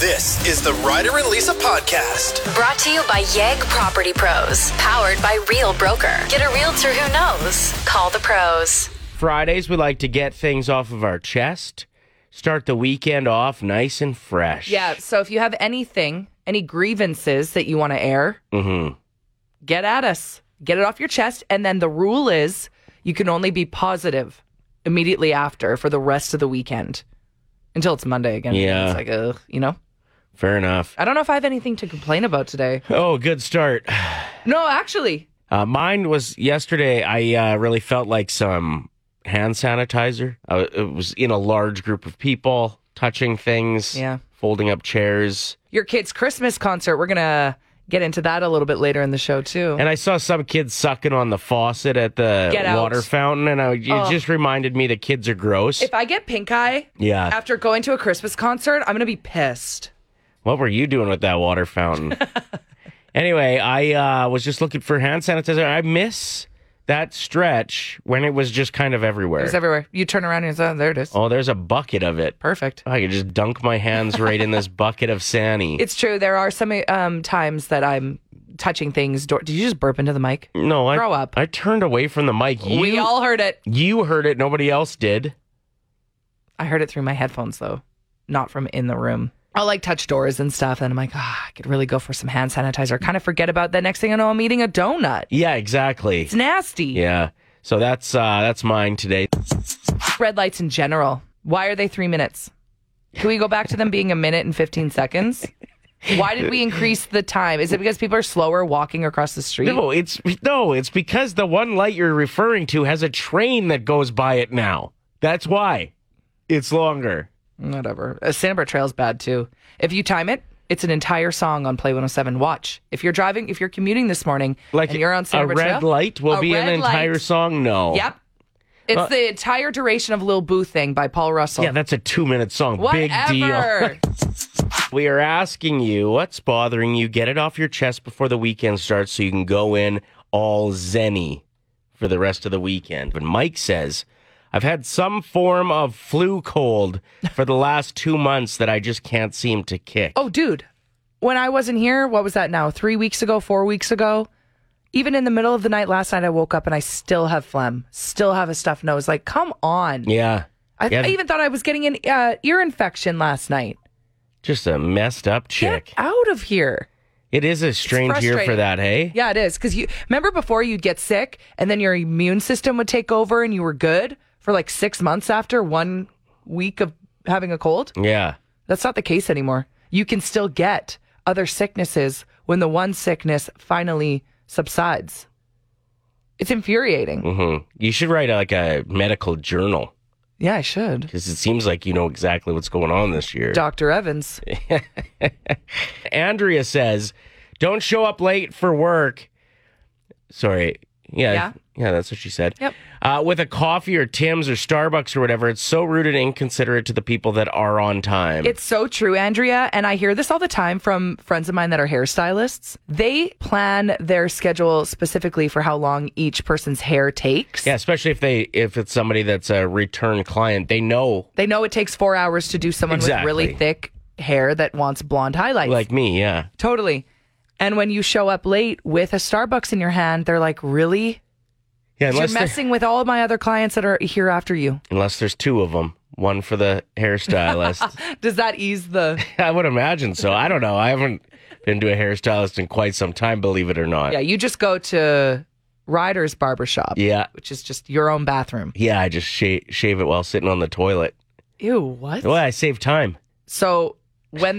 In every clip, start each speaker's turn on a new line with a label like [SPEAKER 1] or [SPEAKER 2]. [SPEAKER 1] This is the Ryder and Lisa podcast.
[SPEAKER 2] Brought to you by Yegg Property Pros, powered by Real Broker. Get a realtor who knows. Call the pros.
[SPEAKER 3] Fridays, we like to get things off of our chest, start the weekend off nice and fresh.
[SPEAKER 4] Yeah. So if you have anything, any grievances that you want to air,
[SPEAKER 3] Mm-hmm.
[SPEAKER 4] get at us. Get it off your chest. And then the rule is you can only be positive immediately after for the rest of the weekend until it's Monday again.
[SPEAKER 3] Yeah.
[SPEAKER 4] It's like, ugh, you know?
[SPEAKER 3] Fair enough.
[SPEAKER 4] I don't know if I have anything to complain about today.
[SPEAKER 3] Oh, good start.
[SPEAKER 4] No, actually,
[SPEAKER 3] Uh, mine was yesterday. I uh, really felt like some hand sanitizer. I w- it was in a large group of people, touching things,
[SPEAKER 4] Yeah.
[SPEAKER 3] folding up chairs.
[SPEAKER 4] your kids' Christmas concert, we're going to get into that a little bit later in the show, too.
[SPEAKER 3] And I saw some kids sucking on the faucet at the
[SPEAKER 4] Get out. Oh.
[SPEAKER 3] water fountain, and I, it just reminded me that kids are gross.
[SPEAKER 4] if I get pink eye
[SPEAKER 3] yeah.
[SPEAKER 4] after going to a Christmas concert, I'm going to be pissed.
[SPEAKER 3] What were you doing with that water fountain? anyway, I uh, was just looking for hand sanitizer. I miss that stretch when it was just kind of everywhere.
[SPEAKER 4] It's everywhere. You turn around and it's, oh, there it is.
[SPEAKER 3] oh, there's a bucket of it.
[SPEAKER 4] Perfect.
[SPEAKER 3] I could just dunk my hands right in this bucket of Sani.
[SPEAKER 4] It's true. There are some um, times that I'm touching things. Door- Did you just burp into the mic?
[SPEAKER 3] no, I,
[SPEAKER 4] grow up.
[SPEAKER 3] I turned away from the mic. You,
[SPEAKER 4] we all heard it.
[SPEAKER 3] you heard it. Nobody else did.
[SPEAKER 4] I heard it through my headphones though, not from in the room. I'll like touch doors and stuff, and I'm like, ah, I could really go for some hand sanitizer. Kind of forget about that. Next thing I know, I'm eating a donut.
[SPEAKER 3] Yeah, exactly.
[SPEAKER 4] It's nasty.
[SPEAKER 3] Yeah. So that's uh, that's mine today.
[SPEAKER 4] Red lights in general. Why are they three minutes? Can we go back to them being a minute and 15 seconds? Why did we increase the time? Is it because people are slower walking across the street?
[SPEAKER 3] No, it's no, it's because the one light you're referring to has a train that goes by it now. That's why. It's longer.
[SPEAKER 4] Whatever. Uh, Cinnabar Trail's bad too. If you time it, it's an entire song on Play 107. Watch. If you're driving, if you're commuting this morning,
[SPEAKER 3] Like
[SPEAKER 4] and you're on
[SPEAKER 3] a
[SPEAKER 4] Cinnabar
[SPEAKER 3] red
[SPEAKER 4] Trail,
[SPEAKER 3] light will
[SPEAKER 4] a
[SPEAKER 3] be an
[SPEAKER 4] red
[SPEAKER 3] entire
[SPEAKER 4] light.
[SPEAKER 3] song. No.
[SPEAKER 4] Yep. It's
[SPEAKER 3] Uh,
[SPEAKER 4] the entire duration of Lil Boo thing by Paul Russell.
[SPEAKER 3] Yeah, that's a two-minute song. Big deal.
[SPEAKER 4] Whatever.
[SPEAKER 3] We are asking you what's bothering you. Get it off your chest before the weekend starts, so you can go in all zenny for the rest of the weekend. But Mike says. I've had some form of flu cold for the last two months that I just can't seem to kick.
[SPEAKER 4] oh, dude. When I wasn't here, what was that now? Three weeks ago, four weeks ago? Even in the middle of the night last night, I woke up and I still have phlegm, still have a stuffed nose. Like, come on.
[SPEAKER 3] Yeah.
[SPEAKER 4] I,
[SPEAKER 3] Yeah.
[SPEAKER 4] I even thought I was getting an uh, ear infection last night.
[SPEAKER 3] Just a messed up
[SPEAKER 4] Get
[SPEAKER 3] chick.
[SPEAKER 4] out of here.
[SPEAKER 3] It is a strange year for
[SPEAKER 4] frustrating.
[SPEAKER 3] that, hey?
[SPEAKER 4] Yeah, it is. Because you remember before you'd get sick and then your immune system would take over and you were good for like six months after one week of having a cold?
[SPEAKER 3] Yeah.
[SPEAKER 4] That's not the case anymore. You can still get other sicknesses when the one sickness finally subsides. It's infuriating.
[SPEAKER 3] hmm You should write like a medical journal
[SPEAKER 4] Yeah, I should.
[SPEAKER 3] because it seems like you know exactly what's going on this year.
[SPEAKER 4] Dr. Evans.
[SPEAKER 3] Andrea says, don't show up late for work. Sorry. Yeah.
[SPEAKER 4] Yeah?
[SPEAKER 3] Yeah, that's what she said.
[SPEAKER 4] Yep.
[SPEAKER 3] Uh, with a coffee or Tim's or Starbucks or whatever, it's so rude and inconsiderate to the people that are on time.
[SPEAKER 4] It's so true, Andrea. And I hear this all the time from friends of mine that are hairstylists. They plan their schedule specifically for how long each person's hair takes.
[SPEAKER 3] yeah, especially if they if it's somebody that's a return client, they know
[SPEAKER 4] They know it takes four hours to do someone
[SPEAKER 3] Exactly.
[SPEAKER 4] with really thick hair that wants blonde highlights.
[SPEAKER 3] like me. Yeah.
[SPEAKER 4] totally. And when you show up late with a Starbucks in your hand, they're like, really?
[SPEAKER 3] Yeah.
[SPEAKER 4] You're
[SPEAKER 3] Unless they're-
[SPEAKER 4] messing with all my other clients that are here after you.
[SPEAKER 3] Unless there's two of them, one for the hairstylist.
[SPEAKER 4] Does that ease the.
[SPEAKER 3] I would imagine so. I don't know. I haven't been to a hairstylist in quite some time, believe it or not.
[SPEAKER 4] Yeah, you just go to Ryder's Barbershop,
[SPEAKER 3] Yeah.
[SPEAKER 4] which is just your own bathroom.
[SPEAKER 3] Yeah, I just shave, shave it while sitting on the toilet.
[SPEAKER 4] Ew, what?
[SPEAKER 3] Well, I save time.
[SPEAKER 4] So when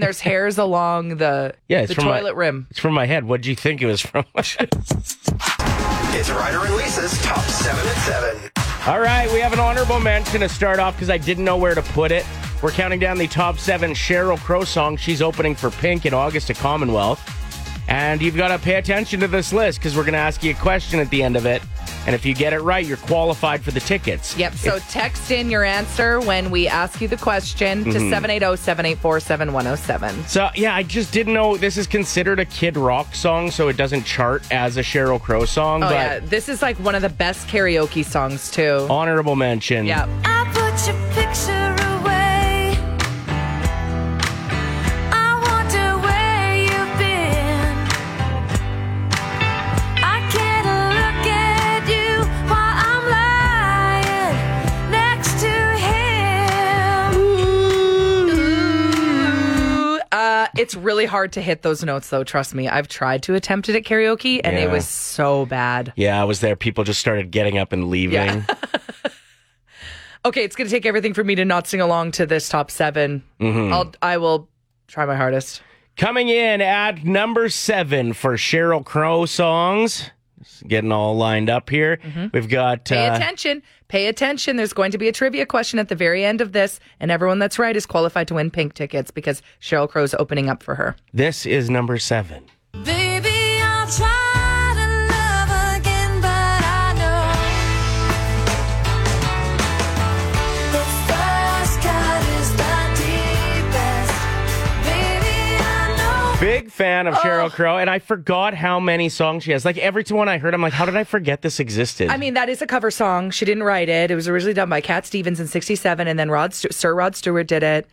[SPEAKER 4] there's hairs along the,
[SPEAKER 3] Yeah, it's
[SPEAKER 4] the
[SPEAKER 3] from my-
[SPEAKER 4] toilet rim.
[SPEAKER 3] It's from my head. What'd you think it was from?
[SPEAKER 1] It's Ryder and Lisa's top seven at seven.
[SPEAKER 3] All right, we have an honorable mention to start off because I didn't know where to put it. We're counting down the top seven Cheryl Crow songs she's opening for Pink in August at Commonwealth. And you've got to pay attention to this list because we're going to ask you a question at the end of it. And if you get it right, you're qualified for the tickets.
[SPEAKER 4] Yep. So text in your answer when we ask you the question
[SPEAKER 3] Mm-hmm.
[SPEAKER 4] to oh, 780 784 7107.
[SPEAKER 3] So yeah, I just didn't know this is considered a Kid Rock song, so it doesn't chart as a Cheryl Crow song.
[SPEAKER 4] Oh,
[SPEAKER 3] but
[SPEAKER 4] yeah. This is like one of the best karaoke songs, too.
[SPEAKER 3] honorable mention.
[SPEAKER 4] Yep.
[SPEAKER 5] I put your picture away. I
[SPEAKER 4] uh, It's really hard to hit those notes, though. Trust me, I've tried to attempt it at karaoke, and
[SPEAKER 3] Yeah.
[SPEAKER 4] it was so bad.
[SPEAKER 3] Yeah, I was there. People just started getting up and leaving.
[SPEAKER 4] Okay, it's going to take everything for me to not sing along to this top 7
[SPEAKER 3] Mm-hmm.
[SPEAKER 4] I'll I will try my hardest.
[SPEAKER 3] Coming in at number seven for Cheryl Crow songs. Just getting all lined up here. We've got
[SPEAKER 4] Mm-hmm. Pay
[SPEAKER 3] uh,
[SPEAKER 4] attention. Pay attention. There's going to be a trivia question at the very end of this, and everyone that's right is qualified to win pink tickets because Cheryl Crow's opening up for her.
[SPEAKER 3] this is number seven.
[SPEAKER 5] Baby, I'll try to love again, but I know the first cut is the deepest. Baby, I know.
[SPEAKER 3] Big fan of Cheryl Crow, and I forgot how many songs she has. Like every one I heard, I'm like, how did I forget this existed?
[SPEAKER 4] I mean, that is a cover song. She didn't write it. It was originally done by Cat Stevens in 67, and then Rod Stu- Sir Rod Stewart did it.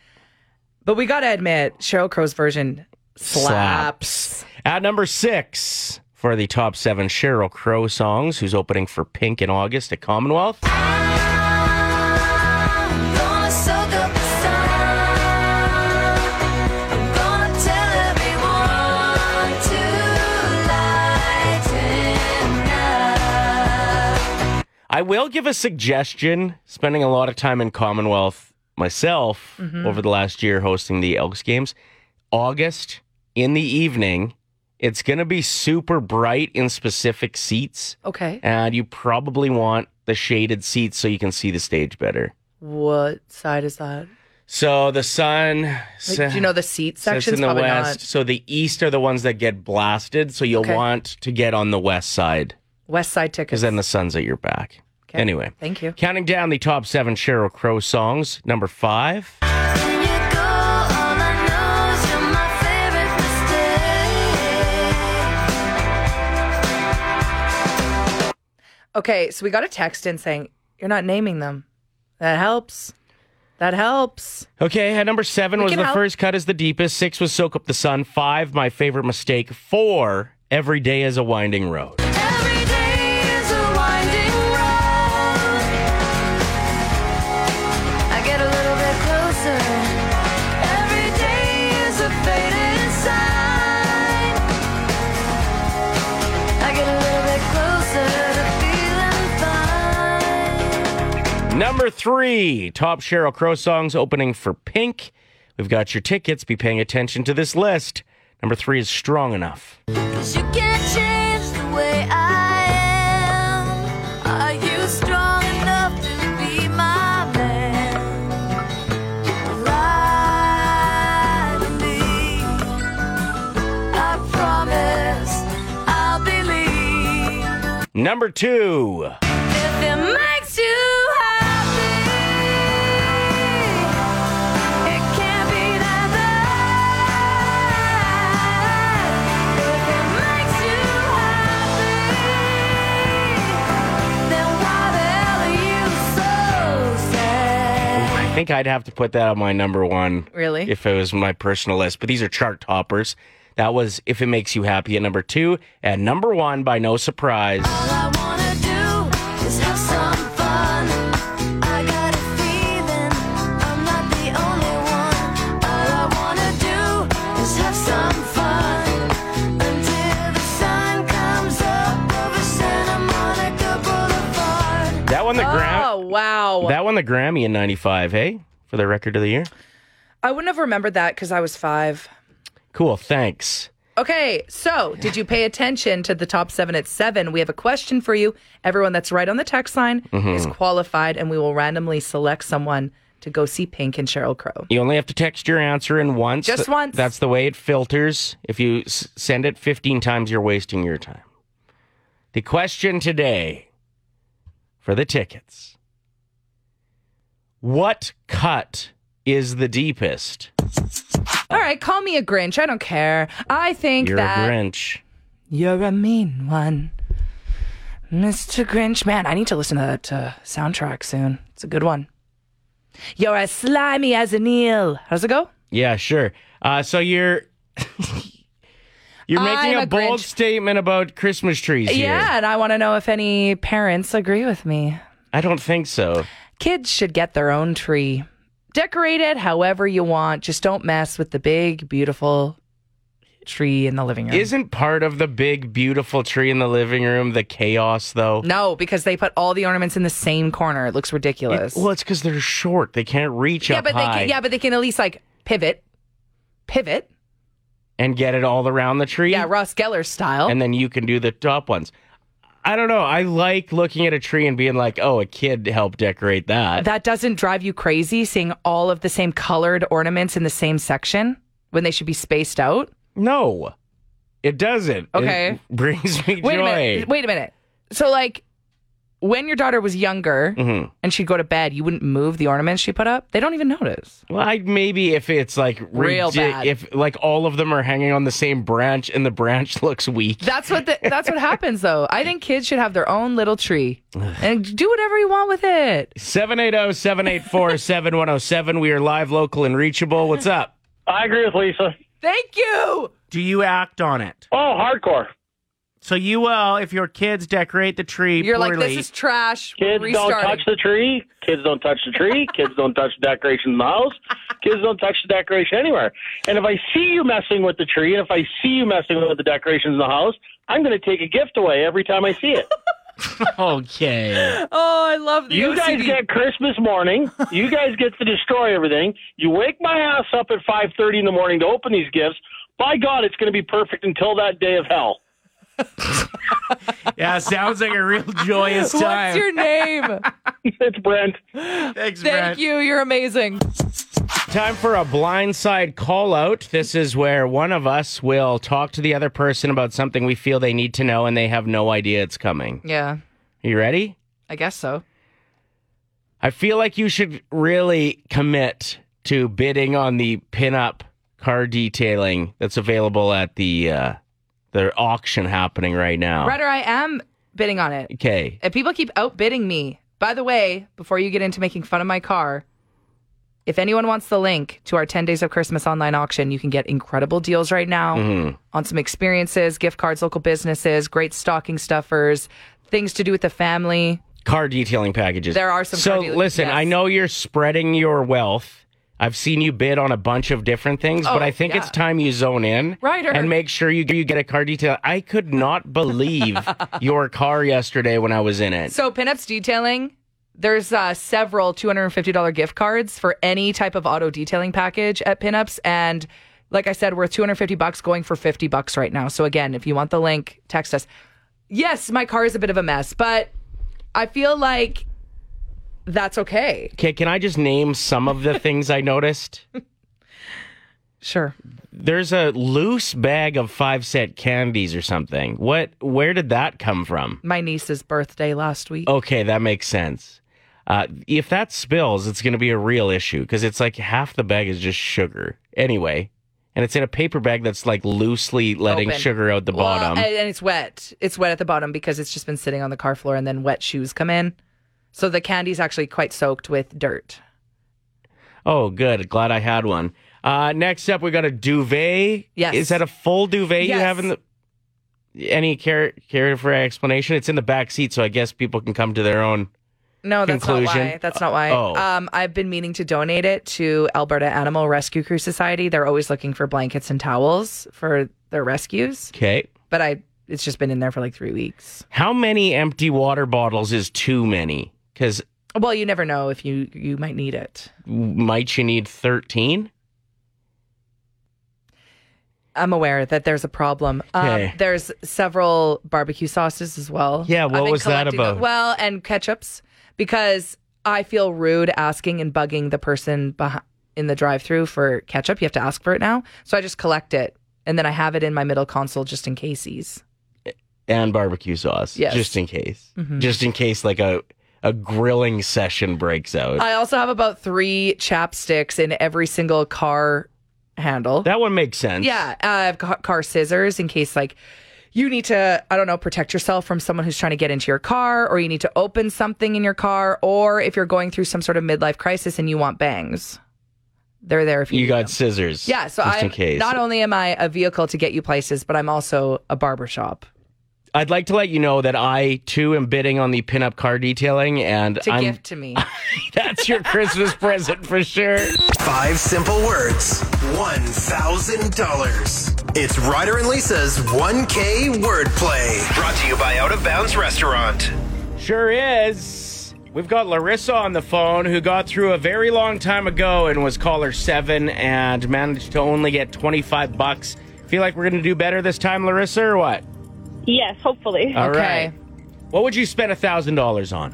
[SPEAKER 4] But we got to admit, Cheryl Crow's version slaps.
[SPEAKER 3] At number six for the top seven Cheryl Crow songs, who's opening for Pink in August at Commonwealth.
[SPEAKER 5] I'm gonna soak up the sun. I'm gonna tell everyone to lighten up.
[SPEAKER 3] I will give a suggestion. Spending a lot of time in Commonwealth myself
[SPEAKER 4] Mm-hmm.
[SPEAKER 3] over the last year hosting the Elks games. August in the evening, it's going to be super bright in specific seats,
[SPEAKER 4] Okay.
[SPEAKER 3] and you probably want the shaded seats so you can see the stage better.
[SPEAKER 4] What side is that?
[SPEAKER 3] So the sun.
[SPEAKER 4] Like,
[SPEAKER 3] sa-
[SPEAKER 4] do you know the seat
[SPEAKER 3] So it's
[SPEAKER 4] section's probably not
[SPEAKER 3] So the east are the ones that get blasted. So you'll
[SPEAKER 4] Okay.
[SPEAKER 3] want to get on the west side
[SPEAKER 4] West Side
[SPEAKER 3] because
[SPEAKER 4] tickets.
[SPEAKER 3] then the sun's at your back.
[SPEAKER 4] Okay.
[SPEAKER 3] Anyway,
[SPEAKER 4] Thank you.
[SPEAKER 3] counting down the top seven Cheryl Crow songs. Number five.
[SPEAKER 5] When you go, all I know is you're my favorite mistake.
[SPEAKER 4] Okay, so we got a text in saying you're not naming them. That helps. That helps.
[SPEAKER 3] Okay, at number seven
[SPEAKER 4] We
[SPEAKER 3] was
[SPEAKER 4] can
[SPEAKER 3] the
[SPEAKER 4] help.
[SPEAKER 3] first cut is the deepest. Six was soak up the sun. Five, my favorite mistake. Four, every day is a winding road.
[SPEAKER 5] Every day is a winding road. I get a little bit closer. Every day is a faded sign. I get a little bit closer to feeling fine.
[SPEAKER 3] Number three, top Cheryl Crow songs opening for Pink. We've got your tickets. Be paying attention to this list. Number three is strong enough.
[SPEAKER 5] Cause you can't change the way I am. Are you strong enough to be my man? Well, I believe. I promise I'll believe.
[SPEAKER 3] Number two.
[SPEAKER 5] If it makes you happy, it can't be that bad. If it makes you happy, then why the hell are you so sad?
[SPEAKER 3] I think I'd have to put that on my number one.
[SPEAKER 4] Really?
[SPEAKER 3] If it was my personal list. But these are chart toppers. That was If It Makes You Happy at number two. And number one, by no surprise,
[SPEAKER 5] All I wanna do is have some fun. I got a feeling I'm not the only one. All I wanna do is have some fun. Until the sun comes up over Santa Monica Boulevard.
[SPEAKER 3] that won the
[SPEAKER 4] Oh
[SPEAKER 3] Gram-
[SPEAKER 4] wow!
[SPEAKER 3] that won the Grammy in 95, hey? For the record of the year.
[SPEAKER 4] I wouldn't have remembered that because I was five.
[SPEAKER 3] Cool, thanks.
[SPEAKER 4] Okay, so did you pay attention to the top seven at seven? We have a question for you. Everyone that's right on the text line
[SPEAKER 3] Mm-hmm.
[SPEAKER 4] is qualified, and we will randomly select someone to go see Pink and Cheryl Crow.
[SPEAKER 3] You only have to text your answer in once.
[SPEAKER 4] Just once.
[SPEAKER 3] That's the way it filters. If you s- send it 15 times, you're wasting your time. The question today for the tickets What cut is the deepest?
[SPEAKER 4] All right, call me a Grinch. I don't care. I think
[SPEAKER 3] You're
[SPEAKER 4] that
[SPEAKER 3] a Grinch.
[SPEAKER 4] you're a mean one, Mr. Grinch. Man, I need to listen to that uh, soundtrack soon. It's a good one. You're as slimy as an eel. How's it go?
[SPEAKER 3] Yeah, sure. Uh, so you're. You're making
[SPEAKER 4] I'm
[SPEAKER 3] a,
[SPEAKER 4] a
[SPEAKER 3] bold
[SPEAKER 4] Grinch.
[SPEAKER 3] statement about Christmas trees here.
[SPEAKER 4] Yeah, and I want to know if any parents agree with me.
[SPEAKER 3] I don't think so.
[SPEAKER 4] Kids should get their own tree. Decorate it however you want. Just don't mess with the big, beautiful tree in the living room.
[SPEAKER 3] Isn't part of the big, beautiful tree in the living room the chaos, though?
[SPEAKER 4] no, because they put all the ornaments in the same corner. It looks ridiculous.
[SPEAKER 3] Well, it's because they're short. They can't reach
[SPEAKER 4] yeah,
[SPEAKER 3] up
[SPEAKER 4] but they
[SPEAKER 3] high
[SPEAKER 4] can, yeah, but they can at least like pivot, pivot.
[SPEAKER 3] and get it all around the tree.
[SPEAKER 4] Yeah, Ross Geller style.
[SPEAKER 3] and then you can do the top ones. I don't know. I like looking at a tree and being like, "Oh, a kid helped decorate that."
[SPEAKER 4] that doesn't drive you crazy seeing all of the same colored ornaments in the same section when they should be spaced out.
[SPEAKER 3] No, it doesn't.
[SPEAKER 4] Okay.
[SPEAKER 3] it brings me
[SPEAKER 4] Wait
[SPEAKER 3] joy.
[SPEAKER 4] a minute. Wait a minute. So like when your daughter was younger
[SPEAKER 6] Mm-hmm.
[SPEAKER 4] and she'd go to bed, you wouldn't move the ornaments she put up? They don't even notice.
[SPEAKER 3] Well, I, maybe if it's like
[SPEAKER 4] Real
[SPEAKER 3] ridic-
[SPEAKER 4] bad.
[SPEAKER 3] if like all of them are hanging on the same branch and the branch looks weak.
[SPEAKER 4] That's what the, that's what happens though. I think kids should have their own little tree and do whatever you want with it.
[SPEAKER 3] oh, 780-784-7107. We are live, local, and reachable. What's up?
[SPEAKER 6] I agree with Lisa.
[SPEAKER 4] Thank you.
[SPEAKER 3] Do you act on it?
[SPEAKER 6] Oh, hardcore.
[SPEAKER 3] So you will if your kids decorate the tree
[SPEAKER 4] You're like
[SPEAKER 3] poorly-
[SPEAKER 4] this is trash. We're
[SPEAKER 6] Kids don't
[SPEAKER 4] restarting.
[SPEAKER 6] touch the tree. Kids don't touch the tree. Kids don't touch the decoration in the house. Kids don't touch the decoration anywhere. And if I see you messing with the tree, and if I see you messing with the decorations in the house, I'm going to take a gift away every time I see it.
[SPEAKER 3] okay.
[SPEAKER 4] oh, I love the
[SPEAKER 6] You guys
[SPEAKER 4] OCD.
[SPEAKER 6] get Christmas morning. You guys get to destroy everything. You wake my ass up at 5:30 in the morning to open these gifts. By God, it's going to be perfect until that day of hell.
[SPEAKER 3] Yeah, sounds like a real joyous
[SPEAKER 4] What's your name?
[SPEAKER 6] It's Brent.
[SPEAKER 3] Thanks,
[SPEAKER 4] Thank you. You're amazing.
[SPEAKER 3] Time for a blindside call out. This is where one of us will talk to the other person about something we feel they need to know and they have no idea it's coming.
[SPEAKER 4] Yeah,
[SPEAKER 3] You ready?
[SPEAKER 4] I guess so.
[SPEAKER 3] I feel like you should really commit to bidding on the pinup car detailing that's available at the uh, the auction happening right now.
[SPEAKER 4] Ryder, I am bidding on it.
[SPEAKER 3] Okay.
[SPEAKER 4] If people keep outbidding me, by the way, before you get into making fun of my car, if anyone wants the link to our 10 Days of Christmas online auction, you can get incredible deals right now on some experiences, gift cards, local businesses, great stocking stuffers, things to do with the family.
[SPEAKER 3] Car detailing packages.
[SPEAKER 4] There are some
[SPEAKER 3] So
[SPEAKER 4] car dealer-
[SPEAKER 3] listen,
[SPEAKER 4] yes.
[SPEAKER 3] I know you're spreading your wealth. I've seen you bid on a bunch of different things, but
[SPEAKER 4] Oh,
[SPEAKER 3] I think it's
[SPEAKER 4] yeah.
[SPEAKER 3] time you zone in
[SPEAKER 4] Ryder.
[SPEAKER 3] and make sure you you get a car detail. I could not believe your car yesterday when I was in it.
[SPEAKER 4] So, Pinups Detailing, there's uh, several $250 gift cards for any type of auto detailing package at Pinups. And like I said, we're 250 bucks going for 50 bucks right now. So, again, if you want the link, text us. Yes, my car is a bit of a mess, but I feel like that's okay.
[SPEAKER 3] Okay, can I just name some of the things I noticed?
[SPEAKER 4] Sure.
[SPEAKER 3] There's a loose bag of five set candies or something. What? Where did that come from?
[SPEAKER 4] My niece's birthday last week.
[SPEAKER 3] Okay, that makes sense. Uh, if that spills, it's going to be a real issue because it's like half the bag is just sugar anyway, and it's in a paper bag that's like loosely letting
[SPEAKER 4] Open.
[SPEAKER 3] sugar out the
[SPEAKER 4] Well,
[SPEAKER 3] bottom.
[SPEAKER 4] and, and it's wet. It's wet at the bottom because it's just been sitting on the car floor and then wet shoes come in. So the candy's actually quite soaked with dirt.
[SPEAKER 3] oh, good. Glad I had one. Uh, next up, we got a duvet.
[SPEAKER 4] Yes.
[SPEAKER 3] Is that a full duvet you
[SPEAKER 4] Yes.
[SPEAKER 3] have in the? Any care care for explanation? It's in the back seat, so I guess people can come to their own.
[SPEAKER 4] No, that's not why.
[SPEAKER 3] conclusion.
[SPEAKER 4] That's not why.
[SPEAKER 3] Oh.
[SPEAKER 4] Um, I've been meaning to donate it to Alberta Animal Rescue Crew Society. They're always looking for blankets and towels for their rescues,
[SPEAKER 3] Okay.
[SPEAKER 4] but I it's just been in there for like three weeks.
[SPEAKER 3] How many empty water bottles is too many? Because
[SPEAKER 4] Well, you never know if you you might need it.
[SPEAKER 3] might you need 13?
[SPEAKER 4] I'm aware that there's a problem. Um,
[SPEAKER 3] Okay.
[SPEAKER 4] there's several barbecue sauces as well.
[SPEAKER 3] Yeah, what
[SPEAKER 4] I've been
[SPEAKER 3] was that
[SPEAKER 4] collecting them.
[SPEAKER 3] about?
[SPEAKER 4] Well, and ketchups because I feel rude asking and bugging the person behind in the drive-through for ketchup. You have to ask for it now, so I just collect it and then I have it in my middle console just in cases.
[SPEAKER 3] And barbecue sauce.
[SPEAKER 4] Yes. Mm-hmm.
[SPEAKER 3] Just in case. Just in case, like, a, a grilling session breaks out.
[SPEAKER 4] I also have about three chapsticks in every single car handle.
[SPEAKER 3] that one makes sense.
[SPEAKER 4] Yeah, uh, I've got car scissors in case like you need to I don't know protect yourself from someone who's trying to get into your car, or you need to open something in your car, or if you're going through some sort of midlife crisis and you want bangs, they're there if you.
[SPEAKER 3] You
[SPEAKER 4] need
[SPEAKER 3] got
[SPEAKER 4] them.
[SPEAKER 3] scissors.
[SPEAKER 4] yeah. So
[SPEAKER 3] just
[SPEAKER 4] I
[SPEAKER 3] in case.
[SPEAKER 4] not only am I a vehicle to get you places, but I'm also a barber shop.
[SPEAKER 3] I'd like to let you know that I too am bidding on the pinup car detailing, and
[SPEAKER 4] to
[SPEAKER 3] I'm,
[SPEAKER 4] gift to me.
[SPEAKER 3] that's your Christmas present for sure.
[SPEAKER 1] Five simple words, $1,000. It's Ryder and Lisa's 1K wordplay. Brought to you by Out of Bounds Restaurant.
[SPEAKER 3] Sure is. We've got Larissa on the phone who got through a very long time ago and was caller seven and managed to only get 25 bucks. Feel like we're going to do better this time, Larissa, or what?
[SPEAKER 7] Yes, hopefully.
[SPEAKER 3] All right.
[SPEAKER 4] Okay.
[SPEAKER 3] What would you spend $1,000 on?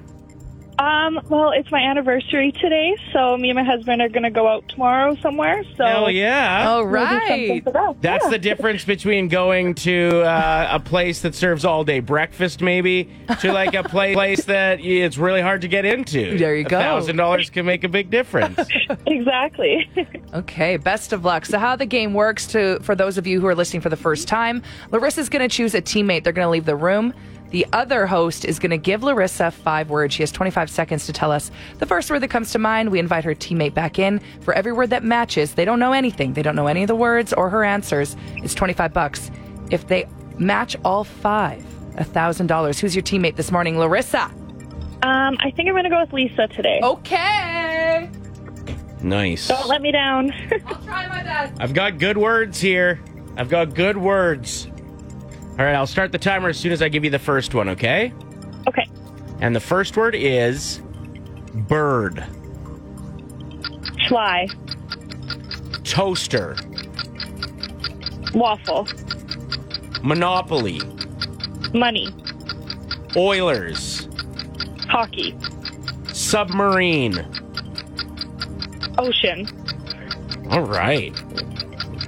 [SPEAKER 7] Um, well, it's my anniversary today, so me and my husband are going to go out tomorrow somewhere. So
[SPEAKER 4] Oh.
[SPEAKER 3] Hell yeah.
[SPEAKER 4] All
[SPEAKER 7] we'll do something
[SPEAKER 4] right.
[SPEAKER 7] for that.
[SPEAKER 3] That's
[SPEAKER 7] Yeah.
[SPEAKER 3] the difference between going to uh, a place that serves all day breakfast, maybe, to like a pla- place that it's really hard to get into.
[SPEAKER 4] There you go.
[SPEAKER 3] $1,000 can make a big difference.
[SPEAKER 7] exactly.
[SPEAKER 4] Okay, best of luck. So how the game works to for those of you who are listening for the first time, Larissa's going to choose a teammate. They're going to leave the room. The other host is going to give Larissa five words. She has 25 seconds to tell us the first word that comes to mind. We invite her teammate back in for every word that matches. They don't know anything. They don't know any of the words or her answers. It's 25 bucks. If they match all five, $1,000. Who's your teammate this morning? Larissa.
[SPEAKER 7] um, I think I'm going to go with Lisa today.
[SPEAKER 4] Oh. Okay.
[SPEAKER 3] nice.
[SPEAKER 7] Don't let me down.
[SPEAKER 4] I'll try my best.
[SPEAKER 3] I've got good words here. I've got good words. All right, I'll start the timer as soon as I give you the first one, okay?
[SPEAKER 7] okay.
[SPEAKER 3] And the first word is bird,
[SPEAKER 7] Fly.
[SPEAKER 3] toaster,
[SPEAKER 7] Waffle.
[SPEAKER 3] monopoly,
[SPEAKER 7] Money.
[SPEAKER 3] Oilers,
[SPEAKER 7] Hockey.
[SPEAKER 3] submarine.
[SPEAKER 7] Ocean.
[SPEAKER 3] All right.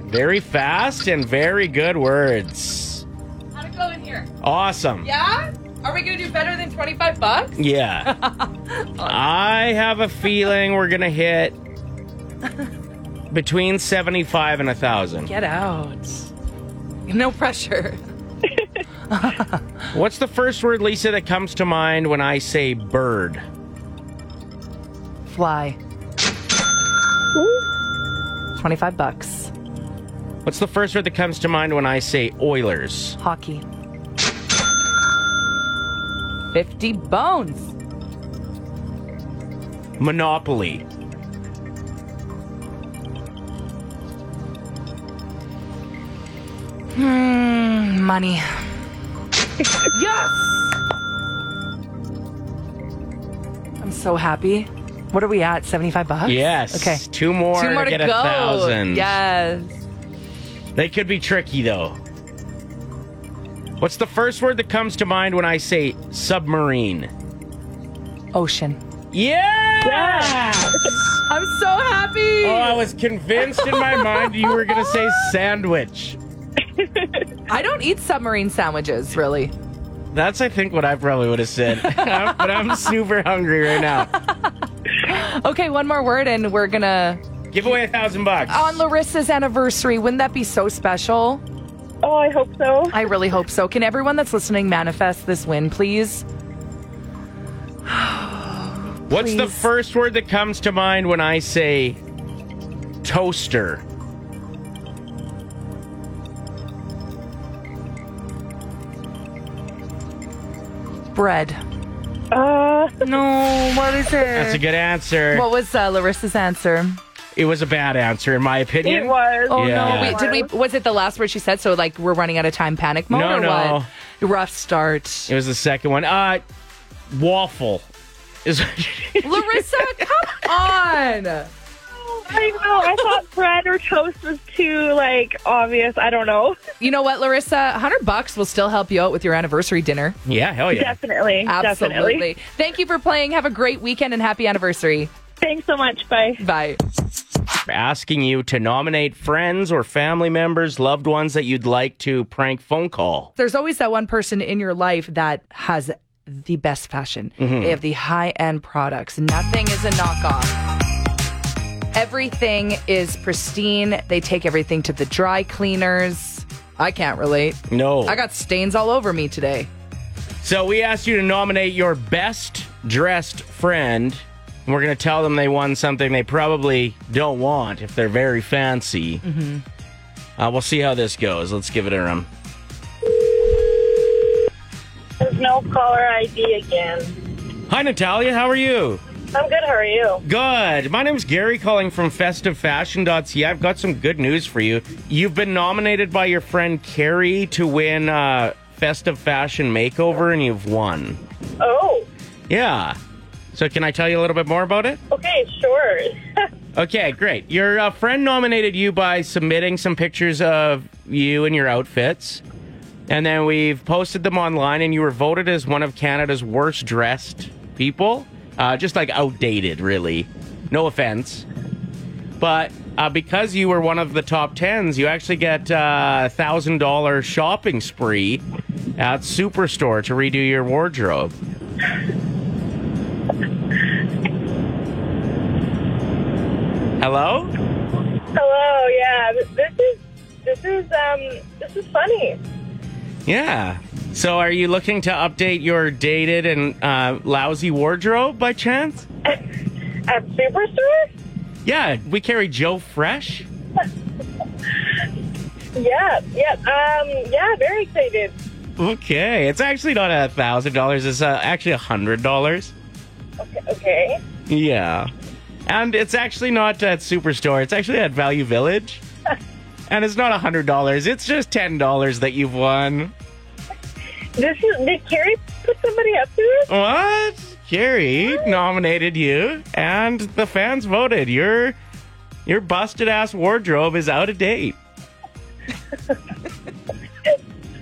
[SPEAKER 3] Very fast and very good words.
[SPEAKER 4] How to go in here?
[SPEAKER 3] Awesome.
[SPEAKER 4] Yeah? Are we gonna do better than 25 bucks?
[SPEAKER 3] Yeah. I have a feeling we're going to hit between 75 and 1,000.
[SPEAKER 4] Get out. No pressure.
[SPEAKER 3] What's the first word, Lisa, that comes to mind when I say bird?
[SPEAKER 4] Fly. 25 bucks.
[SPEAKER 3] What's the first word that comes to mind when I say Oilers?
[SPEAKER 4] Hockey. 50 bones.
[SPEAKER 3] Monopoly.
[SPEAKER 4] Hmm, Money. yes! I'm so happy. What are we at? 75 bucks?
[SPEAKER 3] Yes.
[SPEAKER 4] Okay.
[SPEAKER 3] Two more,
[SPEAKER 4] Two more
[SPEAKER 3] to
[SPEAKER 4] to
[SPEAKER 3] get
[SPEAKER 4] go.
[SPEAKER 3] a thousand.
[SPEAKER 4] Yes.
[SPEAKER 3] They could be tricky though. What's the first word that comes to mind when I say submarine?
[SPEAKER 4] Ocean.
[SPEAKER 3] Yeah!
[SPEAKER 4] I'm so happy.
[SPEAKER 3] Oh, I was convinced in my mind you were gonna say sandwich.
[SPEAKER 4] I don't eat submarine sandwiches, really.
[SPEAKER 3] That's I think what I probably would have said. but I'm super hungry right now.
[SPEAKER 4] Okay, one more word, and we're gonna.
[SPEAKER 3] Give away a thousand bucks.
[SPEAKER 4] On Larissa's anniversary, wouldn't that be so special?
[SPEAKER 7] Oh, I hope so.
[SPEAKER 4] I really hope so. Can everyone that's listening manifest this win, please?
[SPEAKER 3] What's the
[SPEAKER 4] please.
[SPEAKER 3] first word that comes to mind when I say toaster?
[SPEAKER 4] Bread.
[SPEAKER 7] Uh,
[SPEAKER 4] No, what is
[SPEAKER 3] That's a
[SPEAKER 4] it?
[SPEAKER 3] good answer.
[SPEAKER 4] What was uh, Larissa's answer?
[SPEAKER 3] it was a bad answer in my opinion.
[SPEAKER 7] it was.
[SPEAKER 4] Oh
[SPEAKER 3] Yeah.
[SPEAKER 4] no! Wait, did we? Was it the last word she said? So like we're running out of time, panic mode
[SPEAKER 3] No,
[SPEAKER 4] or
[SPEAKER 3] no.
[SPEAKER 4] what? Rough start.
[SPEAKER 3] It was the second one. Uh waffle. Is
[SPEAKER 4] Larissa, come on!
[SPEAKER 7] I know. I thought bread or toast was too, like, obvious. I don't know.
[SPEAKER 4] You know what, Larissa? Hundred bucks will still help you out with your anniversary dinner.
[SPEAKER 3] Yeah, hell yeah.
[SPEAKER 7] Definitely.
[SPEAKER 4] Absolutely.
[SPEAKER 7] Definitely.
[SPEAKER 4] Thank you for playing. Have a great weekend and happy anniversary.
[SPEAKER 7] Thanks so much. Bye.
[SPEAKER 4] Bye.
[SPEAKER 3] Asking you to nominate friends or family members, loved ones that you'd like to prank phone call.
[SPEAKER 4] There's always that one person in your life that has the best fashion. They have the high end products. Nothing is a knockoff. Everything is pristine. They take everything to the dry cleaners. I can't relate.
[SPEAKER 3] No.
[SPEAKER 4] I got stains all over me today.
[SPEAKER 3] so we asked you to nominate your best dressed friend. And we're going to tell them they won something they probably don't want if they're very fancy. Uh, we'll see how this goes. Let's give it a run.
[SPEAKER 8] no caller ID again.
[SPEAKER 3] Hi, Natalia. How are you?
[SPEAKER 8] I'm good. How are you?
[SPEAKER 3] Good. My name's Gary calling from festivefashion.ca. I've got some good news for you. You've been nominated by your friend Carrie to win uh, Festive Fashion Makeover, and you've won.
[SPEAKER 8] Oh,
[SPEAKER 3] Yeah. So, can I tell you a little bit more about it?
[SPEAKER 8] okay, sure.
[SPEAKER 3] Okay, great. Your uh, friend nominated you by submitting some pictures of you and your outfits. And then we've posted them online, and you were voted as one of Canada's worst dressed people. Uh, just like outdated, really. No offense. But uh, because you were one of the top tens, you actually get a $1,000 shopping spree at Superstore to redo your wardrobe. Hello?
[SPEAKER 8] Hello. Yeah, th- this is this is um this is funny.
[SPEAKER 3] Yeah. So, are you looking to update your dated and uh, lousy wardrobe by chance?
[SPEAKER 8] At Superstore?
[SPEAKER 3] Yeah, we carry Joe Fresh.
[SPEAKER 8] Yeah, yeah. Um, yeah. Very excited.
[SPEAKER 3] Okay, it's actually not a thousand dollars. It's uh, actually a hundred dollars.
[SPEAKER 8] Okay. okay.
[SPEAKER 3] Yeah, and it's actually not at Superstore. It's actually at Value Village, and it's not a hundred dollars. It's just ten dollars that you've won.
[SPEAKER 8] This is did Carrie put somebody up to this?
[SPEAKER 3] What? Carrie nominated you, and the fans voted. Your your busted ass wardrobe is out of date.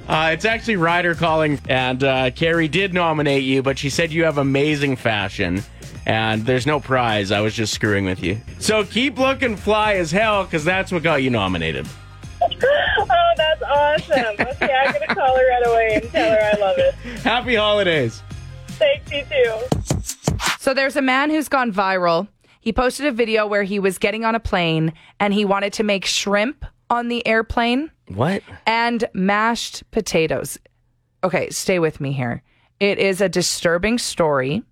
[SPEAKER 3] uh, it's actually Ryder calling, and uh, Carrie did nominate you, but she said you have amazing fashion. And there's no prize. I was just screwing with you. So keep looking fly as hell, because that's what got you nominated.
[SPEAKER 8] Oh, that's awesome. Okay, I'm gonna call her right away and tell her I love it.
[SPEAKER 3] Happy holidays.
[SPEAKER 8] Thanks you too.
[SPEAKER 4] So there's a man who's gone viral. He posted a video where he was getting on a plane and he wanted to make shrimp on the airplane
[SPEAKER 3] What?
[SPEAKER 4] and mashed potatoes. Okay, stay with me here. It is a disturbing story.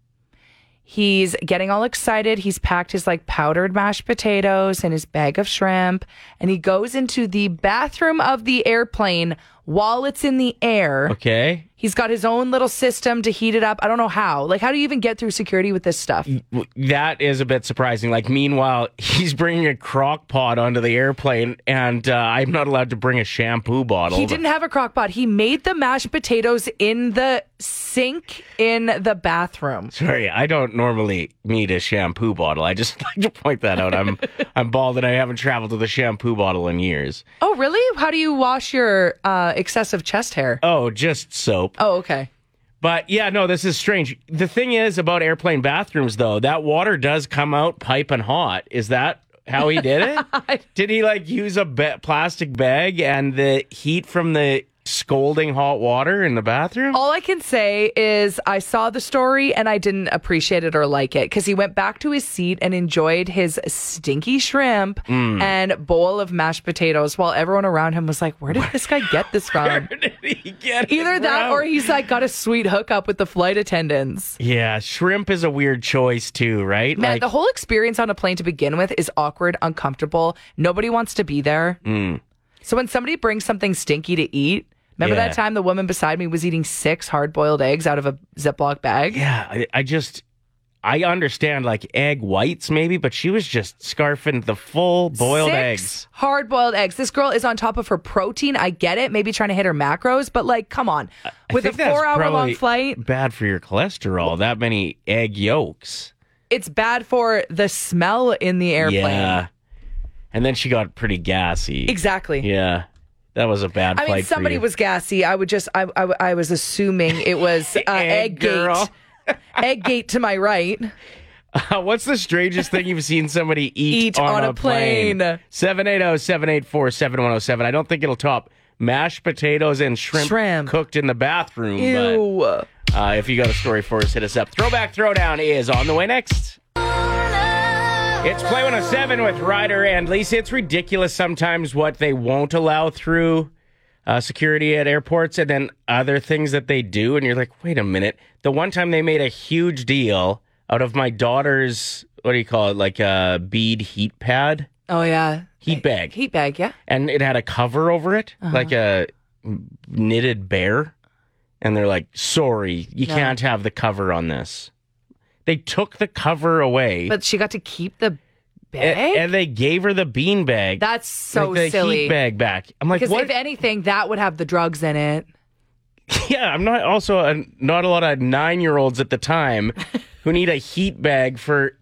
[SPEAKER 4] He's getting all excited. He's packed his like powdered mashed potatoes and his bag of shrimp, and he goes into the bathroom of the airplane while it's in the air.
[SPEAKER 3] Okay.
[SPEAKER 4] He's got his own little system to heat it up. I don't know how. Like, how do you even get through security with this stuff?
[SPEAKER 3] Mm, that is a bit surprising. Like, meanwhile, he's bringing a crock pot onto the airplane, and uh, I'm not allowed to bring a shampoo bottle.
[SPEAKER 4] He didn't have a crock pot. He made the mashed potatoes in the sink in the bathroom.
[SPEAKER 3] Sorry, I don't normally need a shampoo bottle. I just like to point that out. I'm I'm bald, and I haven't traveled with a shampoo bottle in years.
[SPEAKER 4] Oh, really? How do you wash your uh, excessive chest hair?
[SPEAKER 3] Oh, just soap.
[SPEAKER 4] Oh, okay.
[SPEAKER 3] But yeah, no, this is strange. The thing is about airplane bathrooms, though, that water does come out piping hot. Is that how he did it? did he like use a ba- plastic bag and the heat from the scolding hot water in the bathroom?
[SPEAKER 4] All I can say is I saw the story and I didn't appreciate it or like it because he went back to his seat and enjoyed his stinky shrimp and bowl of mashed potatoes while everyone around him was like, Where did this guy get this from?
[SPEAKER 3] Did he get
[SPEAKER 4] Either
[SPEAKER 3] it
[SPEAKER 4] that
[SPEAKER 3] from?
[SPEAKER 4] or he's like got a sweet hookup with the flight attendants.
[SPEAKER 3] yeah, shrimp is a weird choice too, right?
[SPEAKER 4] Man,
[SPEAKER 3] like,
[SPEAKER 4] the whole experience on a plane to begin with is awkward, uncomfortable. Nobody wants to be there.
[SPEAKER 3] Mm.
[SPEAKER 4] So when somebody brings something stinky to eat, remember
[SPEAKER 3] Yeah.
[SPEAKER 4] that time the woman beside me was eating six hard boiled eggs out of a Ziploc bag?
[SPEAKER 3] yeah, I, I just. I understand like egg whites maybe, but she was just scarfing the full boiled eggs.
[SPEAKER 4] Hard boiled eggs. This girl is on top of her protein. I get it. Maybe trying to hit her macros, but like, come on.
[SPEAKER 3] I
[SPEAKER 4] With a
[SPEAKER 3] think that's
[SPEAKER 4] four hour long
[SPEAKER 3] probably
[SPEAKER 4] flight,
[SPEAKER 3] Bad for your cholesterol. That many egg yolks.
[SPEAKER 4] it's bad for the smell in the airplane.
[SPEAKER 3] Yeah. And then she got pretty gassy.
[SPEAKER 4] Exactly.
[SPEAKER 3] Yeah. That was a bad
[SPEAKER 4] I
[SPEAKER 3] flight
[SPEAKER 4] mean,
[SPEAKER 3] for
[SPEAKER 4] somebody
[SPEAKER 3] you.
[SPEAKER 4] was gassy. I would just, I, I, I was assuming it was uh,
[SPEAKER 3] Egg
[SPEAKER 4] egg,
[SPEAKER 3] girl.
[SPEAKER 4] gate, egg gate to my right.
[SPEAKER 3] What's the strangest thing you've seen somebody eat,
[SPEAKER 4] Eat on a plane.
[SPEAKER 3] oh, 780-784-7107. I don't think it'll top mashed potatoes and shrimp,
[SPEAKER 4] Shrimp.
[SPEAKER 3] cooked in the bathroom.
[SPEAKER 4] Ew.
[SPEAKER 3] But uh, if you got a story for us, hit us up. Throwback Throwdown is on the way next. It's Play 107 with Ryder and Lisa. It's ridiculous sometimes what they won't allow through uh, security at airports and then other things that they do. And you're like, wait a minute. The one time they made a huge deal out of my daughter's, what do you call it, like a bead heat pad,
[SPEAKER 4] Oh yeah,
[SPEAKER 3] heat bag.
[SPEAKER 4] heat bag. Yeah. Uh-huh.
[SPEAKER 3] and it had a cover over it, like a knitted bear. and they're like, "Sorry, you
[SPEAKER 4] No.
[SPEAKER 3] can't have the cover on this." They took the cover away,
[SPEAKER 4] But she got to keep the
[SPEAKER 3] a-
[SPEAKER 4] bag.
[SPEAKER 3] and, they gave her the bean bag.
[SPEAKER 4] That's so
[SPEAKER 3] like the
[SPEAKER 4] silly.
[SPEAKER 3] Heat bag back. I'm like,
[SPEAKER 4] Because
[SPEAKER 3] what?
[SPEAKER 4] if anything, that would have the drugs in it. e-,
[SPEAKER 3] yeah, I'm not. Also, a, not a lot of nine year olds at the time who need a heat bag for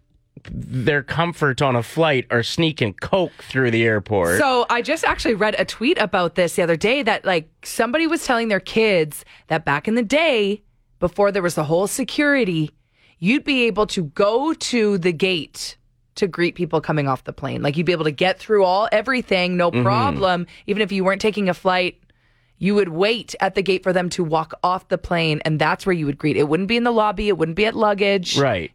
[SPEAKER 3] their comfort on a flight are sneaking coke through the airport.
[SPEAKER 4] So I just actually read a tweet about this the other day that like somebody was telling their kids that back in the day, before there was the whole security, you'd be able to go to the gate to greet people coming off the plane. Like you'd be able to get through all everything, no problem. Even if you weren't taking a flight, you would wait at the gate for them to walk off the plane and that's where you would greet. It wouldn't be in the lobby, it wouldn't be at luggage.
[SPEAKER 3] right.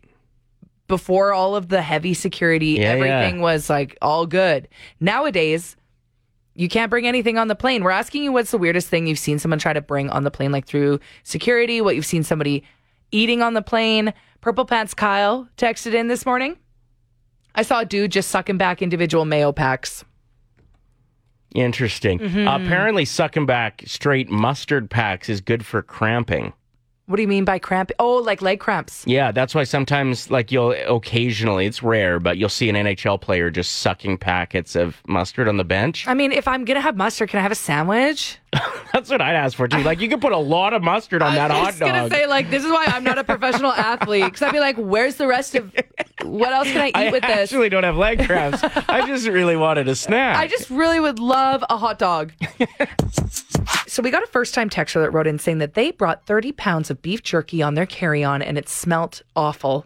[SPEAKER 4] before all of the heavy security,
[SPEAKER 3] Yeah,
[SPEAKER 4] everything
[SPEAKER 3] yeah.
[SPEAKER 4] was like all good. Nowadays, you can't bring anything on the plane. We're asking you what's the weirdest thing you've seen someone try to bring on the plane, like through security, what you've seen somebody eating on the plane. Purple Pants Kyle texted in this morning. I saw a dude just sucking back individual mayo packs.
[SPEAKER 3] Interesting.
[SPEAKER 4] Mm-hmm.
[SPEAKER 3] Apparently, sucking back straight mustard packs is good for cramping.
[SPEAKER 4] What do you mean by cramp? Oh, like leg cramps.
[SPEAKER 3] Yeah, that's why sometimes, like, you'll occasionally, it's rare, but you'll see an NHL player just sucking packets of mustard on the bench.
[SPEAKER 4] I mean, if I'm gonna have mustard, can I have a sandwich?
[SPEAKER 3] That's what I'd ask for, too. Like, you could put a lot of mustard on that
[SPEAKER 4] I
[SPEAKER 3] hot
[SPEAKER 4] was just gonna
[SPEAKER 3] dog.
[SPEAKER 4] say like this is why I'm not a professional athlete because I'd be like, where's the rest of what else can I eat
[SPEAKER 3] I
[SPEAKER 4] with this?
[SPEAKER 3] actually don't have leg cramps. I just really wanted a snack.
[SPEAKER 4] I just really would love a hot dog. so we got a first time texter that wrote in saying that they brought 30 pounds of beef jerky on their carry on and it smelt awful.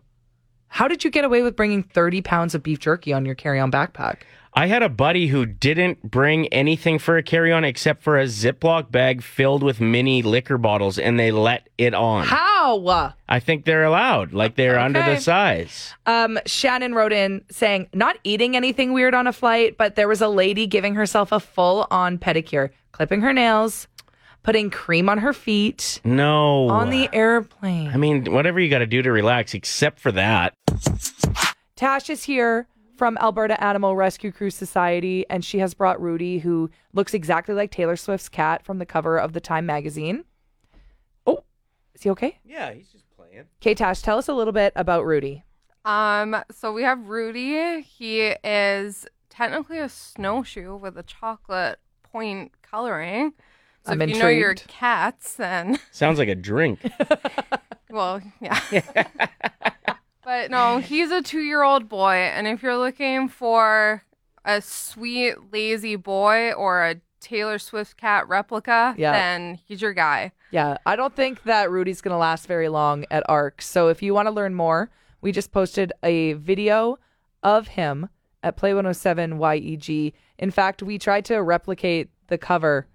[SPEAKER 4] How did you get away with bringing 30 pounds of beef jerky on your carry on backpack?
[SPEAKER 3] I had a buddy who didn't bring anything for a carry on except for a Ziploc bag filled with mini liquor bottles, and they let it on.
[SPEAKER 4] How?
[SPEAKER 3] I think they're allowed, like, they're under the
[SPEAKER 4] Okay.
[SPEAKER 3] size.
[SPEAKER 4] Um, Shannon wrote in saying, not eating anything weird on a flight, but there was a lady giving herself a full on pedicure, clipping her nails, putting cream on her feet
[SPEAKER 3] No.
[SPEAKER 4] on the airplane.
[SPEAKER 3] I mean, whatever you got to do to relax, except for that.
[SPEAKER 4] Tash is here from Alberta Animal Rescue Crew Society, and she has brought Rudy, who looks exactly like Taylor Swift's cat from the cover of the Time magazine. Oh, is he okay?
[SPEAKER 3] Yeah, he's just playing.
[SPEAKER 4] Okay, Tash, tell us a little bit about Rudy.
[SPEAKER 9] Um, so we have Rudy. He is technically a snowshoe with a chocolate point coloring. So
[SPEAKER 4] I'm
[SPEAKER 9] if you know your
[SPEAKER 4] intrigued.
[SPEAKER 9] cats, then
[SPEAKER 3] Sounds like a drink.
[SPEAKER 9] well, yeah. but no, he's a two-year-old boy, and if you're looking for a sweet lazy boy or a Taylor Swift cat replica,
[SPEAKER 4] Yeah.
[SPEAKER 9] then he's your guy.
[SPEAKER 4] Yeah, I don't think that Rudy's going to last very long at ARC. So if you want to learn more, we just posted a video of him at Play 107 YEG. E In fact, we tried to replicate the cover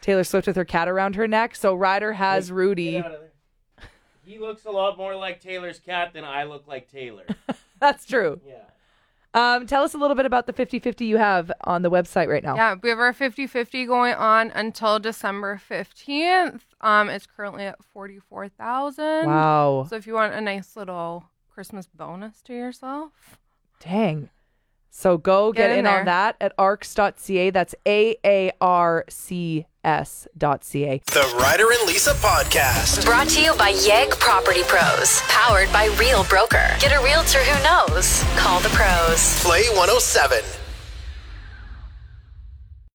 [SPEAKER 4] Taylor Swift with her cat around her neck. So Ryder has Rudy.
[SPEAKER 3] He looks a lot more like Taylor's cat than I look like Taylor.
[SPEAKER 4] That's true. Um, tell us a little bit about the 50 50 you have on the website right now.
[SPEAKER 9] Yeah, we have our 50 50 going on until December 15th. Um, it's currently at 44,000.
[SPEAKER 4] Wow.
[SPEAKER 9] So if you want a nice little Christmas bonus to yourself,
[SPEAKER 4] Dang. So go
[SPEAKER 9] Get
[SPEAKER 4] get,
[SPEAKER 9] in
[SPEAKER 4] in,
[SPEAKER 9] there.
[SPEAKER 4] on that at arcs.ca. That's A A R C S dot C A.
[SPEAKER 1] The Ryder and Lisa podcast.
[SPEAKER 2] Brought to you by Yegg Property Pros. Powered by Real Broker. Get a realtor who knows. Call the pros.
[SPEAKER 1] Play 107.